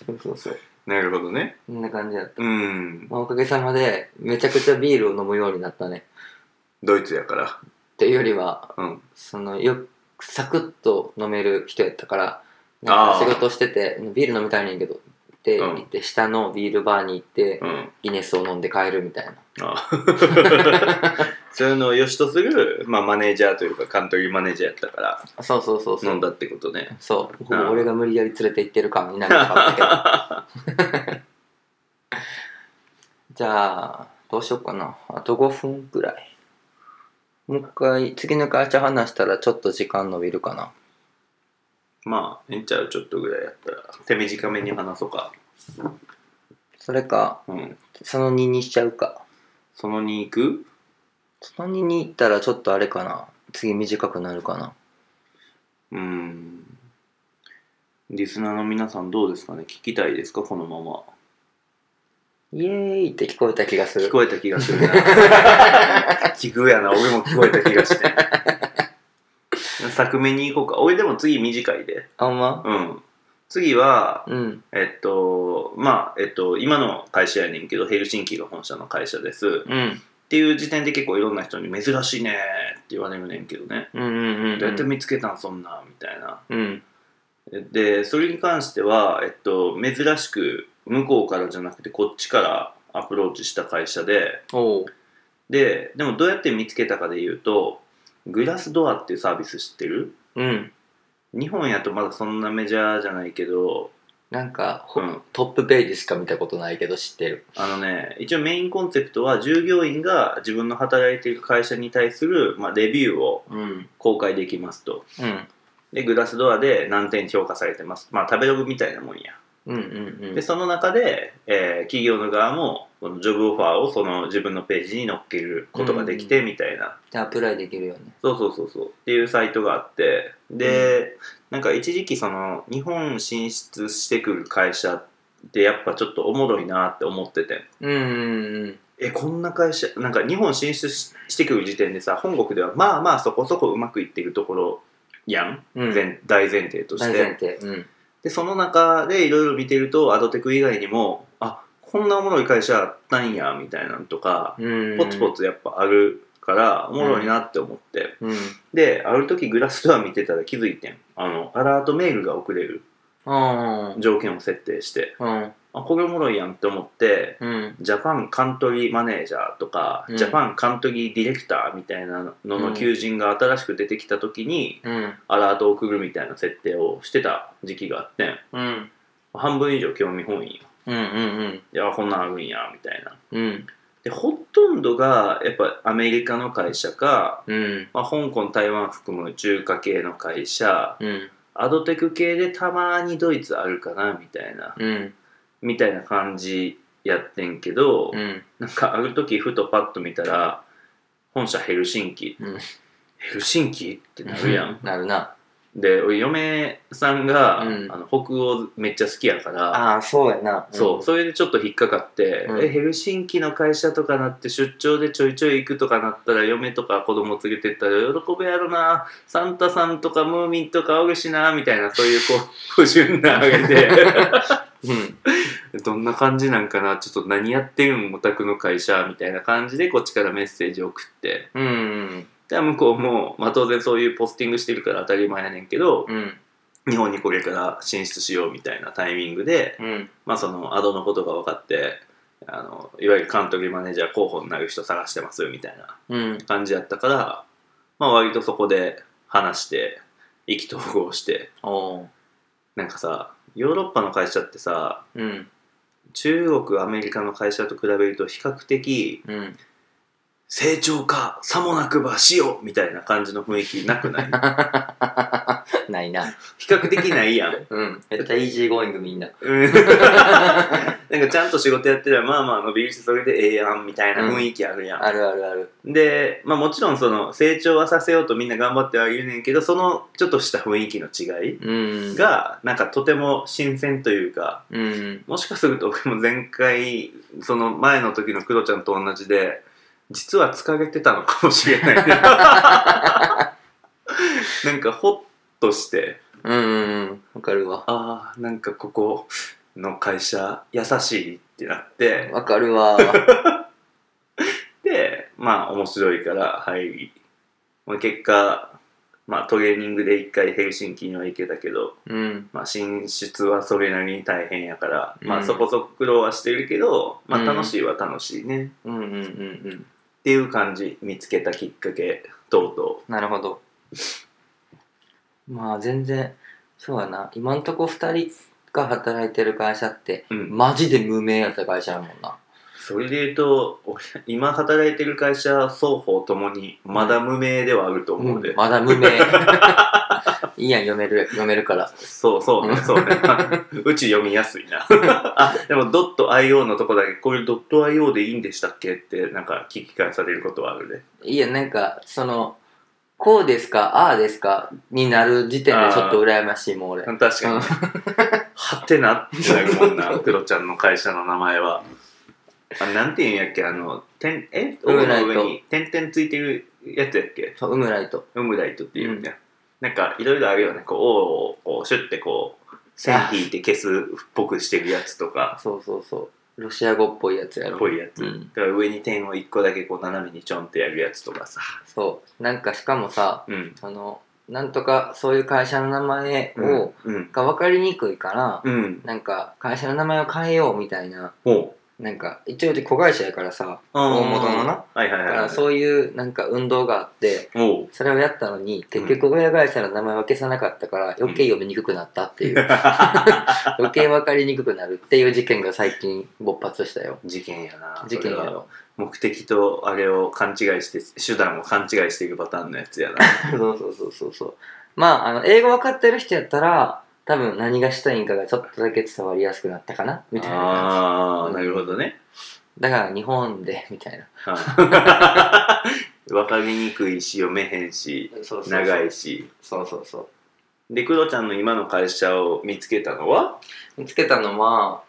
Speaker 2: そうそうそう
Speaker 1: なるほどね
Speaker 2: こんな感じだった、
Speaker 1: うん
Speaker 2: まあ、おかげさまでめちゃくちゃビールを飲むようになったね
Speaker 1: ドイツやから
Speaker 2: っていうよりは
Speaker 1: うん
Speaker 2: そのよくサクッと飲める人やったから
Speaker 1: あ
Speaker 2: な
Speaker 1: ー
Speaker 2: んか仕事しててビール飲みたいねんけどって
Speaker 1: うん
Speaker 2: 言って、下のビールバーに行って、
Speaker 1: うん
Speaker 2: ギネスを飲んで帰るみたいな
Speaker 1: ああそういうのを良しとする、まあ、マネージャーというかカントリーマネージャーやったから
Speaker 2: あそうそうそうそう
Speaker 1: 飲んだってことね
Speaker 2: そうほ
Speaker 1: うん
Speaker 2: ぼ俺が無理やり連れて行ってる感になるかったけど <laughs> じゃあどうしようかなあと5分くらいもう一回次の会社話したらちょっと時間伸びるかな
Speaker 1: まあええんちゃうちょっとぐらいやったら手短めに話そうか
Speaker 2: それか
Speaker 1: うん
Speaker 2: その2にしちゃうか
Speaker 1: その2行く
Speaker 2: その2に行ったらちょっとあれかな次短くなるかな
Speaker 1: うんリスナーの皆さんどうですかね聞きたいですかこのまま
Speaker 2: イエーイって聞こえた気がする
Speaker 1: 聞こえた気がする <laughs> な聞くやな俺も聞こえた気がして <laughs> 作目に行こうか俺でも次短いで
Speaker 2: あんま
Speaker 1: うん次は
Speaker 2: うん
Speaker 1: えっとまあえっと今の会社やねんけどヘルシンキが本社の会社ですっ
Speaker 2: うん
Speaker 1: ていう時点で結構いろんな人に「珍しいね」って言われるねんけどね
Speaker 2: うんうんうんうん
Speaker 1: 「どうやって見つけたんそんなん」みたいな
Speaker 2: うん
Speaker 1: でそれに関しては、えっと、珍しく向こうからじゃなくてこっちからアプローチした会社で
Speaker 2: おう
Speaker 1: ででもどうやって見つけたかで言うとグラスドアっていうサービス知ってる
Speaker 2: うん
Speaker 1: 日本やとまだそんなメジャーじゃないけど、
Speaker 2: なんか、ほ
Speaker 1: うん、
Speaker 2: トップページしか見たことないけど知ってる
Speaker 1: あのね一応メインコンセプトは従業員が自分の働いている会社に対する、まあ、レビューを
Speaker 2: うん
Speaker 1: 公開できますと
Speaker 2: うん
Speaker 1: でグラスドアで何点評価されてますまあ食べログみたいなもんや
Speaker 2: うんうんうん
Speaker 1: でその中で、えー企業の側もこのジョブオファーをその自分のページに載っけることができてみたいな、
Speaker 2: でアプライできるよね
Speaker 1: そうそうそうそうっていうサイトがあってで、なんか一時期その日本進出してくる会社ってやっぱちょっとおもろいなって思ってて
Speaker 2: うんうんうん
Speaker 1: えこんな会社なんか日本進出ししてくる時点でさ本国ではまあまあそこそこうまくいってるところやん、
Speaker 2: うん
Speaker 1: 前大前提として
Speaker 2: 大前提うん
Speaker 1: でその中でいろいろ見てるとアドテク以外にもあこんなおもろい会社あったんやみたいなのとか、
Speaker 2: うん
Speaker 1: ポツポツやっぱあるからおもろいなって思って、
Speaker 2: うん
Speaker 1: である時グラスドア見てたら気づいてんあのアラートメールが送れる
Speaker 2: うん
Speaker 1: 条件を設定して
Speaker 2: うん
Speaker 1: あこれおもろいやんって思って
Speaker 2: うん
Speaker 1: ジャパンカントリーマネージャーとか、
Speaker 2: うん
Speaker 1: ジャパンカントリーディレクターみたいなのの求人が新しく出てきた時に、
Speaker 2: うん
Speaker 1: アラートを送るみたいな設定をしてた時期があってん
Speaker 2: うん
Speaker 1: 半分以上興味本位よ
Speaker 2: うんうん
Speaker 1: いやこんなんあるんやみたいな
Speaker 2: うん
Speaker 1: でほとんどがやっぱアメリカの会社か、
Speaker 2: うん
Speaker 1: まあ、香港台湾含む中華系の会社
Speaker 2: うん
Speaker 1: アドテク系でたまにドイツあるかなみたいな
Speaker 2: うん
Speaker 1: みたいな感じやってんけど、
Speaker 2: うん
Speaker 1: なんかある時ふとパッと見たら本社ヘルシンキ、
Speaker 2: うん
Speaker 1: ヘルシンキってなるやん、
Speaker 2: なるな
Speaker 1: で俺嫁さんが、
Speaker 2: うん
Speaker 1: あの北欧めっちゃ好きやから
Speaker 2: ああそうやな
Speaker 1: そう、それでちょっと引っかかって、
Speaker 2: うん
Speaker 1: えヘルシンキの会社とかなって出張でちょいちょい行くとかなったら嫁とか子供連れてったら喜ぶやろなサンタさんとかムーミンとかおるしなみたいなそういうこう不純なあげ
Speaker 2: <laughs>
Speaker 1: て
Speaker 2: うん
Speaker 1: どんな感じなんかなちょっと何やってるんオタクの会社みたいな感じでこっちからメッセージ送って
Speaker 2: うん
Speaker 1: で向こうも、まあ、当然そういうポスティングしてるから当たり前やねんけど
Speaker 2: うん
Speaker 1: 日本にこれから進出しようみたいなタイミングで
Speaker 2: うん
Speaker 1: まあ、そのアドのことが分かってあのいわゆる監督マネージャー候補になる人探してますみたいな
Speaker 2: うん
Speaker 1: 感じやったから、まあ、割とそこで話して意気投合して
Speaker 2: おう
Speaker 1: なんかさヨーロッパの会社ってさ
Speaker 2: うん
Speaker 1: 中国アメリカの会社と比べると比較的
Speaker 2: うん
Speaker 1: 成長かさもなくばしようみたいな感じの雰囲気なく <laughs> ない
Speaker 2: ないな
Speaker 1: 比較的ないやん
Speaker 2: うんめっちゃイージーゴーイングみんな
Speaker 1: <laughs> うんなんかちゃんと仕事やってたらまあまあ伸びるしそれでええやんみたいな雰囲気あるやん、
Speaker 2: あるあるある
Speaker 1: で、まあ、もちろんその成長はさせようとみんな頑張ってはいるねんけどそのちょっとした雰囲気の違い
Speaker 2: うん
Speaker 1: がなんかとても新鮮というか
Speaker 2: うん
Speaker 1: もしかすると俺も前回その前の時のクロちゃんと同じで実は疲れてたのかもしれ
Speaker 2: <laughs>
Speaker 1: ないなんかホッとして
Speaker 2: うんうんうんわかるわ
Speaker 1: ああなんかここの会社優しいってなって
Speaker 2: わかるわ
Speaker 1: でまあ面白いから入り、まあ、結果、まあ、トレーニングで一回ヘルシンキには行けたけど、
Speaker 2: <laughs> うん
Speaker 1: まあ、進出はそれなりに大変やから、ま
Speaker 2: う
Speaker 1: あ、
Speaker 2: ん
Speaker 1: そこそこ苦労はしてるけど、ま
Speaker 2: う
Speaker 1: あ、
Speaker 2: ん
Speaker 1: 楽しいは楽しいね、っ
Speaker 2: うんうんうんうん
Speaker 1: ていう感じ見つけたきっかけとうと
Speaker 2: なるほどまあ全然そうやな今んとこ2人が働いてる会社って
Speaker 1: う、うん、
Speaker 2: マジで無名やった会社やもんな
Speaker 1: それで言うと俺今働いてる会社双方ともにまだ無名ではあると思うので、
Speaker 2: まだ <laughs> 無名いいやん読める読めるから
Speaker 1: そうそうね、そうね。 <laughs> うち読みやすいな。あ、でも .io のとこだけ、これ .io でいいんでしたっけって、なんか聞き返されることはあるね。
Speaker 2: いいやなんかそのこうですかああですかになる時点でちょっと羨ましいもん俺
Speaker 1: 確かに、ね。はてなってなるもんな、 <laughs> クロちゃんの会社の名前は。あなんていうんやっけ、あの、点、え
Speaker 2: ウ
Speaker 1: オ
Speaker 2: ムライ
Speaker 1: の
Speaker 2: ト
Speaker 1: 上に点々ついてるやつやっけ
Speaker 2: そうウムライト
Speaker 1: ウムライトっていうね。なんか、いろいろあるよね。こう、O をこうシュッてこう、線引いて消すっぽくしてるやつとか、
Speaker 2: そうそうそうロシア語っぽいやつやろ
Speaker 1: っぽいやつ。
Speaker 2: うん
Speaker 1: だから上に点を1個だけこう斜めにちょんってやるやつとかさ、
Speaker 2: そうなんかしかもさ
Speaker 1: うん、
Speaker 2: そのなんとかそういう会社の名前
Speaker 1: うん
Speaker 2: を、
Speaker 1: うん
Speaker 2: が分かりにくいから、
Speaker 1: うん
Speaker 2: なんか会社の名前を変えようみたいな
Speaker 1: お
Speaker 2: なんか一応うち子会社やからさ
Speaker 1: 大
Speaker 2: 大元のな
Speaker 1: はいはい
Speaker 2: だ
Speaker 1: は
Speaker 2: か
Speaker 1: いは
Speaker 2: ら
Speaker 1: い
Speaker 2: そういうなんか運動があって
Speaker 1: おう
Speaker 2: それをやったのに結局親会社の名前は消さなかったから余計読みにくくなったっていう、 <laughs> 余計分かりにくくなるっていう事件が最近勃発したよ
Speaker 1: 事件やな
Speaker 2: 事件やろ
Speaker 1: 目的とあれを勘違いして手段を勘違いしていくパターンのやつ <laughs> やな
Speaker 2: そうそうそうそうそう。まあ、あの、英語分かってる人やったら、多分何がしたいんかがちょっとだけ伝わりやすくなったかなみたいな感
Speaker 1: ああなるほどね
Speaker 2: じ。だから日本で、みたいな。
Speaker 1: はい <laughs> わかりにくいし読めへんし
Speaker 2: そうそうそう
Speaker 1: 長い。し
Speaker 2: そうそうそ
Speaker 1: でクロちゃんの今の会社を見つけたのは
Speaker 2: う。見つけたのは、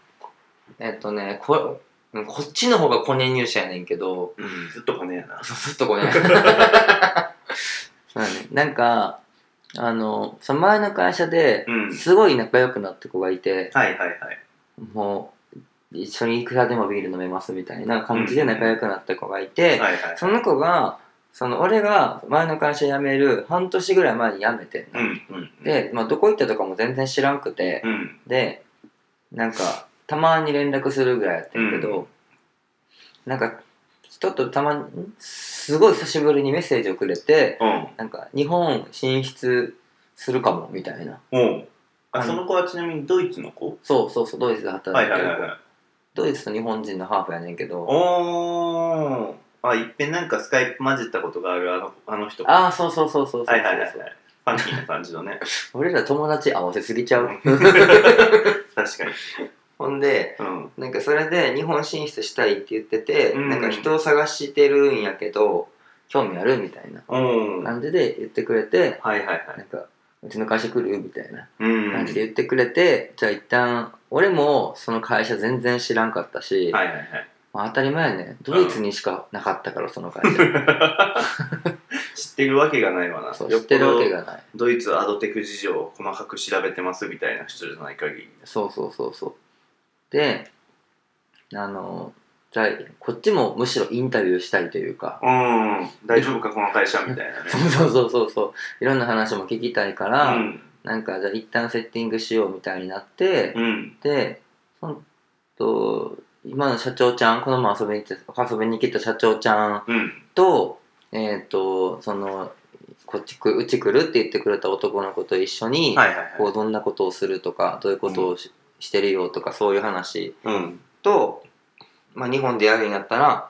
Speaker 2: えっとね、ここっちの方がコネ入社やねんけど、
Speaker 1: うんずっとこねやな
Speaker 2: そうずっとコネ。 <laughs> そうだね。なんか、あの、その前の会社で
Speaker 1: う、ん
Speaker 2: すごい仲良くなった子がいて、
Speaker 1: はいはいはい
Speaker 2: もう一緒にいくらでもビール飲めますみたいな感じで仲良くなった子がい
Speaker 1: は
Speaker 2: て、
Speaker 1: いはい
Speaker 2: その子がその俺が前の会社辞める半年ぐらい前に辞めてん
Speaker 1: う
Speaker 2: の、
Speaker 1: んうん
Speaker 2: で、まあ、どこ行ったとかも全然知らんくて、
Speaker 1: うん
Speaker 2: でなんかたまに連絡するぐらいやってるけど、なんかちょっとたまにんすごい久しぶりにメッセージをくれて
Speaker 1: うん
Speaker 2: なんか日本進出するかもみたいな
Speaker 1: うん。
Speaker 2: あ
Speaker 1: あ、その子はちなみにドイツの子
Speaker 2: そうそうそうドイツで
Speaker 1: は
Speaker 2: 働
Speaker 1: い
Speaker 2: いて
Speaker 1: はい
Speaker 2: る、
Speaker 1: はいはい。
Speaker 2: ドイツと日本人のハーフやねんけど
Speaker 1: おー。あ、いっぺんなんかスカイプ混じったことがあるあのあの人。
Speaker 2: ああ、そうそうそうそうそうそう。
Speaker 1: はいはいはいはい。ファンキーな感じの <laughs> ね。
Speaker 2: 俺ら友達合わせすぎちゃう。
Speaker 1: <laughs> 確かに。
Speaker 2: ほんで、
Speaker 1: うん。
Speaker 2: なんかそれで日本進出したいって言ってて、
Speaker 1: うん
Speaker 2: なんか人を探してるんやけど、興味あるみたいな
Speaker 1: うん。はい
Speaker 2: 感じで言ってくれて、
Speaker 1: はいはい。
Speaker 2: なんか、うちの会社来るみたいな
Speaker 1: うん。は
Speaker 2: 感
Speaker 1: い
Speaker 2: じで言ってくれて、じゃあ一旦、俺もその会社全然知らんかったし、
Speaker 1: はいはい。 <laughs>
Speaker 2: まあ当たり前やね。ドイツにしかなかったから、その会社。
Speaker 1: 知ってるわけがないわな。
Speaker 2: そう知ってるわけ
Speaker 1: よっぽ
Speaker 2: がない。
Speaker 1: どドイツアドテク事情を細かく調べてますみたいな人じゃない限り。
Speaker 2: そうそうそうそう。で、あの、じゃあ、こっちもむしろインタビューしたいというか、
Speaker 1: うん。大丈夫か、この会社みたいなね
Speaker 2: そ。うそうそうそうそう、いろんな話も聞きたいから、
Speaker 1: うん。
Speaker 2: なんかじゃあ一旦セッティングしようみたいになって、
Speaker 1: うん。
Speaker 2: で、そんと、今の社長ちゃん、この前遊びに来た、遊びに来た社長ちゃん
Speaker 1: うん。
Speaker 2: と、えっ、と、その、こっちく、うち来るって言ってくれた男の子と一緒に、
Speaker 1: はいはいはい。
Speaker 2: こうどんなことをするとか、どういうことをし,、してるよとか、そういう話
Speaker 1: うん。
Speaker 2: と、まあ、日本でやるんやったら、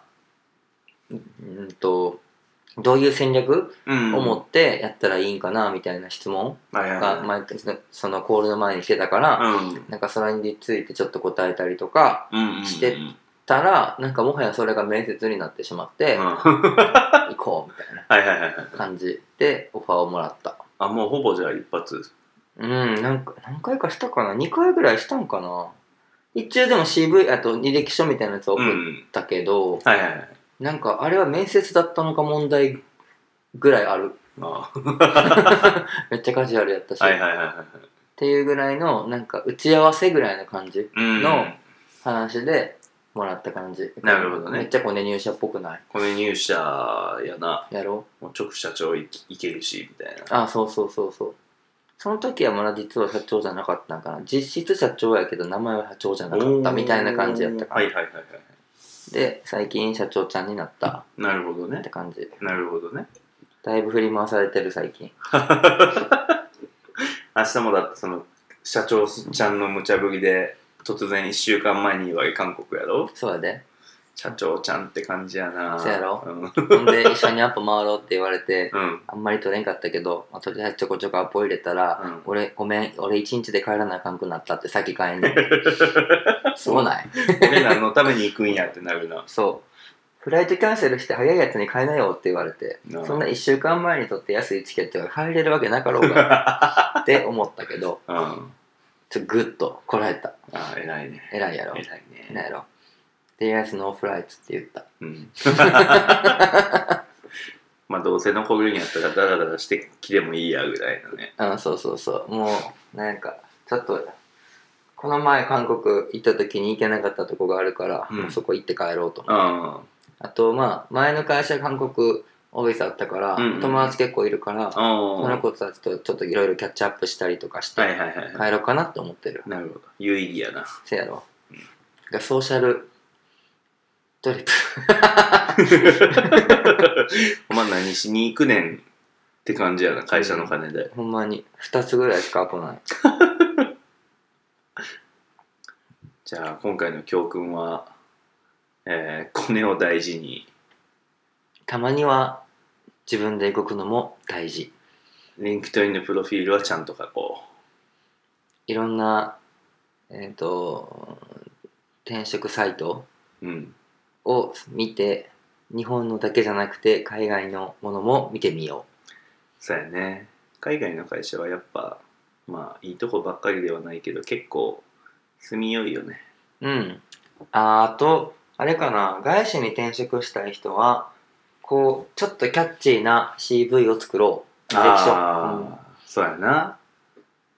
Speaker 2: うんうんと、どういう戦略
Speaker 1: う
Speaker 2: を
Speaker 1: ん。
Speaker 2: 持ってやったらいいんかなみたいな質問
Speaker 1: はいはい
Speaker 2: が
Speaker 1: は
Speaker 2: 毎回そのコールの前にしてたから、
Speaker 1: い。うん。
Speaker 2: なんかそれについてちょっと答えたりとかして
Speaker 1: うん
Speaker 2: たら、なんかもはやそれが面接になってしまって、
Speaker 1: は
Speaker 2: 行こうみたいない
Speaker 1: はいはいはい。
Speaker 2: 感じでオファーをもらった。
Speaker 1: あ、もうほぼじゃあ一発。
Speaker 2: うん、なんか、何回かしたかな ?2 回ぐらいしたんかな一応でも CV、あと履歴書みたいなやつ送っ
Speaker 1: ん。
Speaker 2: たけど、
Speaker 1: はいはいはい。
Speaker 2: なんかあれは面接だったのか問題ぐらいある
Speaker 1: あ
Speaker 2: めっちゃカジュアルやったし、
Speaker 1: あはい
Speaker 2: っ
Speaker 1: はいはいはい
Speaker 2: ていうぐらいのなんか打ち合わせぐらいの感じ
Speaker 1: うん
Speaker 2: の話でもらった感じ
Speaker 1: なるほどね
Speaker 2: めっちゃこうね入社っぽくない
Speaker 1: この入社やな
Speaker 2: やろ
Speaker 1: もう直社長いいけるしみたいな
Speaker 2: うあそうそうそうそうその時はまだ実は社長じゃなかったんかな実質社長やけど名前は社長じゃなかったみたいな感じやったか
Speaker 1: は
Speaker 2: ら
Speaker 1: いはいはいはい
Speaker 2: で最近社長ちゃんになった
Speaker 1: なるほど
Speaker 2: って
Speaker 1: ね
Speaker 2: 感じ
Speaker 1: なるほどね
Speaker 2: だいぶ振り回されてる最近
Speaker 1: 明日もだってその社長ちゃんの無茶ぶりで突然1週間前に言われ韓国やろ
Speaker 2: そうやで
Speaker 1: 社長ちゃんって感じやな
Speaker 2: そうやろ
Speaker 1: うん
Speaker 2: ほんで一緒にアップ回ろうって言われて
Speaker 1: うん
Speaker 2: あんまり取れんかったけど、まあ、とりあえずちょこちょこアポ入れたら、
Speaker 1: うん
Speaker 2: 俺ごめん俺一日で帰らなあかんくなったってさっき帰んねすごない
Speaker 1: 俺らのために行くんやってなるな
Speaker 2: そうフライトキャンセルして早いやつに買えなよって言われて
Speaker 1: なあ
Speaker 2: そんな1週間前に取って安いチケットが買えれるわけなかろうが
Speaker 1: <laughs>
Speaker 2: って思ったけど
Speaker 1: うんあ
Speaker 2: ちょっとグッとこらえた
Speaker 1: あ偉いね
Speaker 2: 偉いやろ
Speaker 1: 偉い
Speaker 2: 偉い
Speaker 1: ね
Speaker 2: やろ DS ノーフライツって言った
Speaker 1: うん <laughs> まあどうせ残るんやったらダラダラしてきてもいいやぐらいのね
Speaker 2: うんそうそうそうもうなんかちょっとこの前韓国行った時に行けなかったとこがあるから、
Speaker 1: うん
Speaker 2: もうそこ行って帰ろうと思う
Speaker 1: うん
Speaker 2: あとまあ前の会社韓国オフィスあったから、
Speaker 1: うんうん
Speaker 2: 友達結構いるから、その
Speaker 1: は
Speaker 2: 子たちとちょっといろいろキャッチアップしたりとかし
Speaker 1: い
Speaker 2: て、
Speaker 1: はいはいは
Speaker 2: 帰ろうかなって思ってる
Speaker 1: いなるほど有意義やな <laughs>
Speaker 2: せやろ、がソーシャルトリップ <laughs>
Speaker 1: お前何しに行くねんって感じやな会社の金で、
Speaker 2: ほんまに2つぐらいしか来ない
Speaker 1: じゃあ今回の教訓は、えー、コネを大事に
Speaker 2: たまには自分で動くのも大事
Speaker 1: リンクトインのプロフィールはちゃんと書こ
Speaker 2: いろんなえっ、と転職サイト
Speaker 1: ううん
Speaker 2: を見て日本のだけじゃなくて海外のものも見てみよ
Speaker 1: そうやね海外の会社はやっぱまあいいとこばっかりではないけど結構住みよいよね
Speaker 2: ううんああとあれかな外資に転職したい人はこうちょっとキャッチーな CV を作ろう履歴書、うん
Speaker 1: ああ、そうやな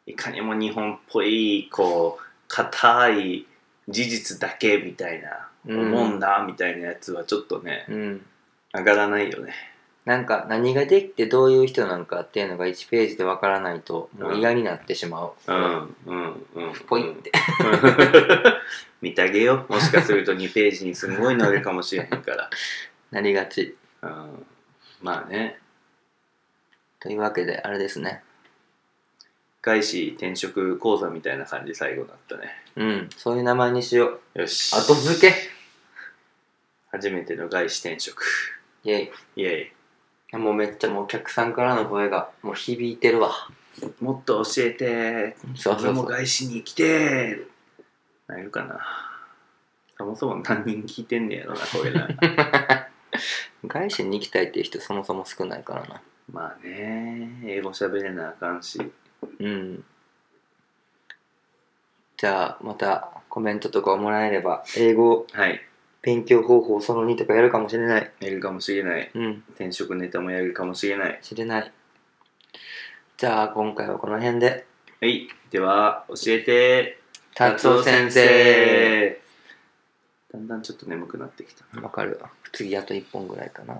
Speaker 1: いかにも日本っぽいこう硬い事実だけみたいな、
Speaker 2: うん
Speaker 1: 思うんだみたいなやつはちょっとね
Speaker 2: うん、
Speaker 1: 上がらないよね
Speaker 2: なんか何ができてどういう人なんかっていうのが1ページでわからないともう嫌になってしまう、
Speaker 1: うんうんうん
Speaker 2: ポイって
Speaker 1: <laughs> 見てあげよう <laughs> もしかすると2ページにすごいのあるかもしれへんか
Speaker 2: なりがち
Speaker 1: ら、うん、まあね
Speaker 2: というわけであれですね
Speaker 1: 外資転職講座みたいな感じ最後になったね
Speaker 2: うんそういう名前にしよう
Speaker 1: よし
Speaker 2: 後付け
Speaker 1: 初めての外資転職
Speaker 2: イェイ
Speaker 1: イエイ
Speaker 2: あもうめっちゃもうお客さんからの声がもう響いてるわ
Speaker 1: もっと教えて
Speaker 2: そう
Speaker 1: 俺
Speaker 2: そうそ
Speaker 1: も
Speaker 2: う
Speaker 1: 外資に来てなれるかなそもそも何人聞いてんねやろなこれら <laughs>
Speaker 2: 外資に行きたいっていう人そもそも少ないからな
Speaker 1: まあね英語喋れなあかんし
Speaker 2: うんじゃあまたコメントとかをもらえれば英語
Speaker 1: はい
Speaker 2: 勉強方法その2とかやるかもしれない
Speaker 1: やるかもしれない
Speaker 2: うん
Speaker 1: 転職ネタもやるかもしれない
Speaker 2: 知れないじゃあ今回はこの辺で
Speaker 1: はいでは教えて
Speaker 2: 達夫先生
Speaker 1: だんだんちょっと眠くなってきた
Speaker 2: わかる次あと1本ぐらいかな